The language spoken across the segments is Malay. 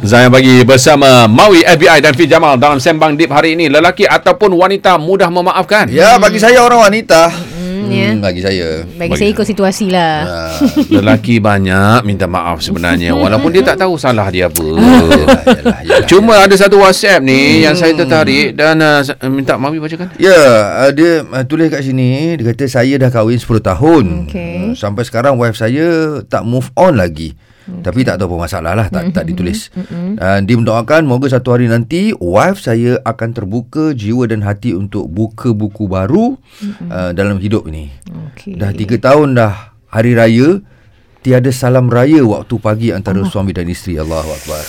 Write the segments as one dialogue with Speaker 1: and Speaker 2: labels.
Speaker 1: Zayan bagi bersama Maui FBI dan Fi Jamal dalam sembang deep hari ini lelaki ataupun wanita mudah memaafkan.
Speaker 2: Ya bagi saya orang wanita
Speaker 3: Hmm, ya.
Speaker 2: hmm, Bagi saya
Speaker 3: Bagi saya ikut situasi lah.
Speaker 2: Ah,
Speaker 1: Lelaki banyak minta maaf sebenarnya walaupun dia tak tahu salah dia apa.
Speaker 2: yalah, yalah, yalah.
Speaker 1: Cuma ada satu WhatsApp ni hmm. yang saya tertarik dan uh, sa- minta Mawi bacakan.
Speaker 2: Ya, uh, dia uh, tulis kat sini, dia kata saya dah kahwin 10 tahun.
Speaker 3: Okey.
Speaker 2: Uh, sampai sekarang wife saya tak move on lagi. Okay. Tapi tak tahu apa masalah lah,
Speaker 3: Hmm,
Speaker 2: tak, tak ditulis. Uh, dia mendoakan moga satu hari nanti wife saya akan terbuka jiwa dan hati untuk buka buku baru uh, dalam hidup ni.
Speaker 3: Hmm, Okey.
Speaker 2: Dah tiga tahun dah hari raya, tiada salam raya waktu pagi antara suami dan isteri. Allahu Akbar.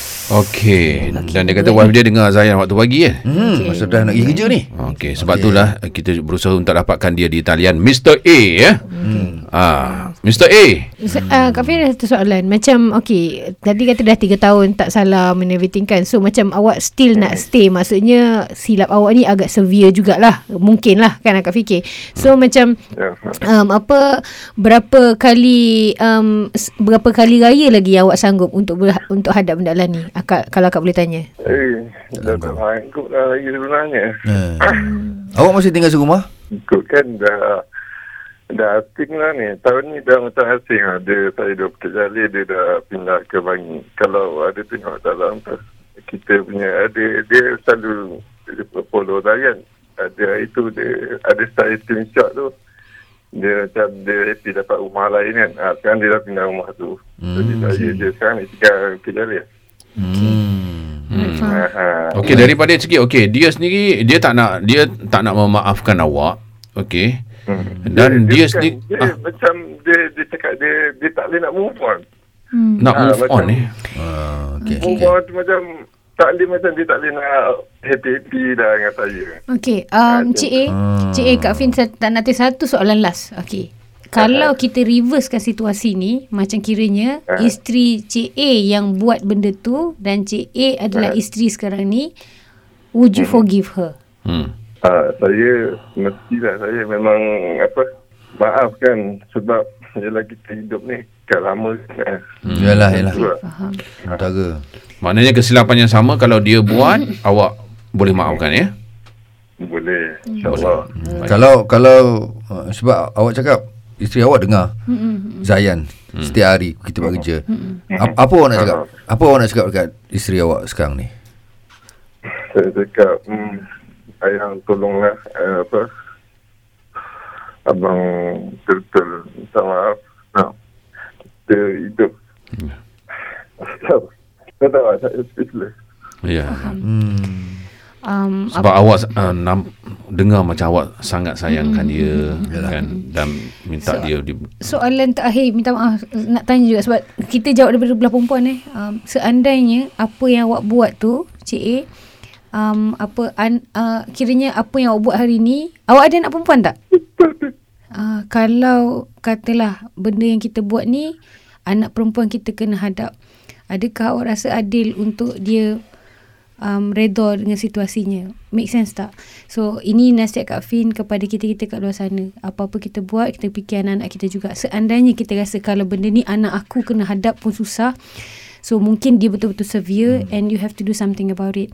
Speaker 1: Okey. Dan dia kata wife dia dengar Zayan waktu pagi eh.
Speaker 2: Hmm, okay. masa dah nak pergi kerja ni.
Speaker 1: Okey, sebab okay. itulah kita berusaha untuk dapatkan dia di talian Mr A ya. Hmm. Ah, Mr A.
Speaker 3: So, uh, Kak Fira ada satu soalan Macam okay Tadi kata dah 3 tahun Tak salam and everything kan So macam awak still nak stay Maksudnya silap awak ni agak severe jugalah Mungkin lah kan akak fikir So macam
Speaker 4: Ya.
Speaker 3: um, Apa Berapa kali um, s- Berapa kali raya lagi awak sanggup Untuk ber, untuk hadap benda lah ni akak, Kalau akak boleh tanya
Speaker 4: Eh, dah tak sanggup dah lagi sebenarnya.
Speaker 2: Hmm. Awak masih tinggal serumah?
Speaker 4: Ikut kan dah dah asing lah ni. Tahun ni dah macam asing lah. Dia, saya dah Bukit Jalil, dia dah pindah ke Bangi. Kalau ada tengok dalam tu, kita punya ada, dia selalu follow Ryan. Ada itu, dia, ada style screenshot tu. Dia macam dia happy dapat rumah lain kan. Ha, sekarang dia dah pindah rumah tu. Jadi saya dia sekarang ni tinggal Bukit Jalil.
Speaker 2: Hmm.
Speaker 1: Hmm.
Speaker 3: Faham?
Speaker 4: Ha.
Speaker 1: Okey, daripada segi okey, dia sendiri dia tak nak dia tak nak memaafkan awak. Okey. Dan Kan, dia, dia
Speaker 4: Eh, bukan-
Speaker 1: sendiri
Speaker 4: Hmm. dia
Speaker 1: ah,
Speaker 4: macam dia dia cakap dia dia tak boleh nak move on.
Speaker 1: nak
Speaker 4: Ah,
Speaker 1: move on
Speaker 4: macam-
Speaker 1: eh.
Speaker 2: Ah, okay,
Speaker 4: Move
Speaker 2: okay.
Speaker 4: on tu macam tak boleh macam dia tak boleh nak happy-happy dah dengan saya.
Speaker 3: Okay um, Cik A Cik A Kak Fin saya tak nak tanya satu soalan last Okay kalau kita reversekan situasi ni Macam kiranya
Speaker 4: Ah.
Speaker 3: Isteri Cik A yang buat benda tu Dan Cik A adalah isteri sekarang ni Would you forgive her?
Speaker 1: Hmm.
Speaker 4: Ah, saya mestilah saya memang apa maafkan sebab ialah kita hidup ni kat lama sangat.
Speaker 2: Yalah, yalah.
Speaker 4: Betul.
Speaker 3: Faham?
Speaker 2: Antara.
Speaker 1: Maknanya kesilapan yang sama kalau dia buat,
Speaker 4: Hmm.
Speaker 1: awak boleh maafkan ya.
Speaker 4: Boleh. InsyaAllah.
Speaker 2: Hmm. Kalau kalau uh, sebab awak cakap isteri awak dengar Zayan setiap hari kita buat kerja. Ap- Apa awak nak cakap? Apa awak nak cakap dekat isteri awak sekarang ni?
Speaker 4: Saya cakap hmm, Ayang tolonglah eh, apa Abang Tertul Minta maaf nak Kita hidup Tahu Kau tahu tak saya speechless
Speaker 1: Ya.
Speaker 3: Um,
Speaker 1: Sebab awak uh, nam, dengar macam awak sangat sayangkan dia kan dan minta
Speaker 3: So-
Speaker 1: dia di
Speaker 3: soalan terakhir minta maaf nak tanya juga sebab kita jawab daripada belah perempuan eh um, seandainya apa yang awak buat tu Cik A um, apa an, uh, kiranya apa yang awak buat hari ni awak ada anak perempuan tak? Uh, kalau katalah benda yang kita buat ni anak perempuan kita kena hadap adakah awak rasa adil untuk dia um, redha dengan situasinya. Make sense tak? So, ini nasihat Kak Fin kepada kita-kita kat luar sana. Apa-apa kita buat, kita fikir anak-anak kita juga. Seandainya kita rasa kalau benda ni anak aku kena hadap pun susah. So, mungkin dia betul-betul severe and you have to do something about it.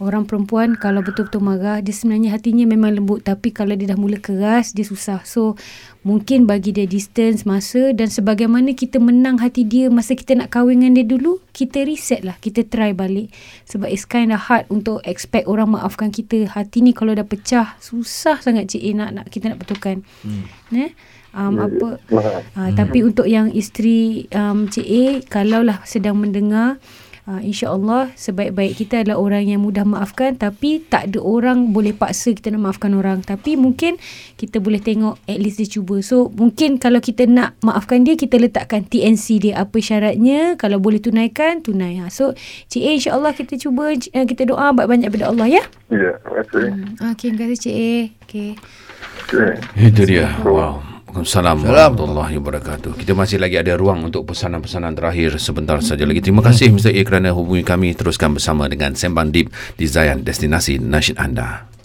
Speaker 3: Orang perempuan kalau betul-betul marah, dia sebenarnya hatinya memang lembut. Tapi kalau dia dah mula keras, dia susah. So, mungkin bagi dia distance, masa dan sebagaimana kita menang hati dia masa kita nak kahwin dengan dia dulu, kita reset lah. Kita try balik. Sebab it's kind of hard untuk expect orang maafkan kita. Hati ni kalau dah pecah, susah sangat Cik A nak, nak kita nak betulkan. Hmm. Eh?
Speaker 4: Ya,
Speaker 3: Um, apa
Speaker 4: Faham.
Speaker 3: Uh, Tapi untuk yang isteri um, Cik A, kalaulah sedang mendengar, uh, insyaAllah sebaik-baik kita adalah orang yang mudah maafkan tapi tak ada orang boleh paksa kita nak maafkan orang. Tapi mungkin kita boleh tengok at least dia cuba. So mungkin kalau kita nak maafkan dia, kita letakkan TNC dia. Apa syaratnya, kalau boleh tunaikan, tunai. Ha. So Cik A insyaAllah kita cuba, uh, kita doa banyak-banyak pada Allah ya.
Speaker 4: Ya, terima kasih.
Speaker 3: Hmm. Okay, terima kasih Cik A. Okay.
Speaker 4: Okay.
Speaker 1: Itu dia. Wow. Waalaikumsalam
Speaker 2: Salam.
Speaker 1: warahmatullahi wabarakatuh. Kita masih lagi ada ruang untuk pesanan-pesanan terakhir sebentar saja lagi. Terima kasih Mr. A kerana hubungi kami. Teruskan bersama dengan Sembang Deep di Zayan, destinasi nasyid anda.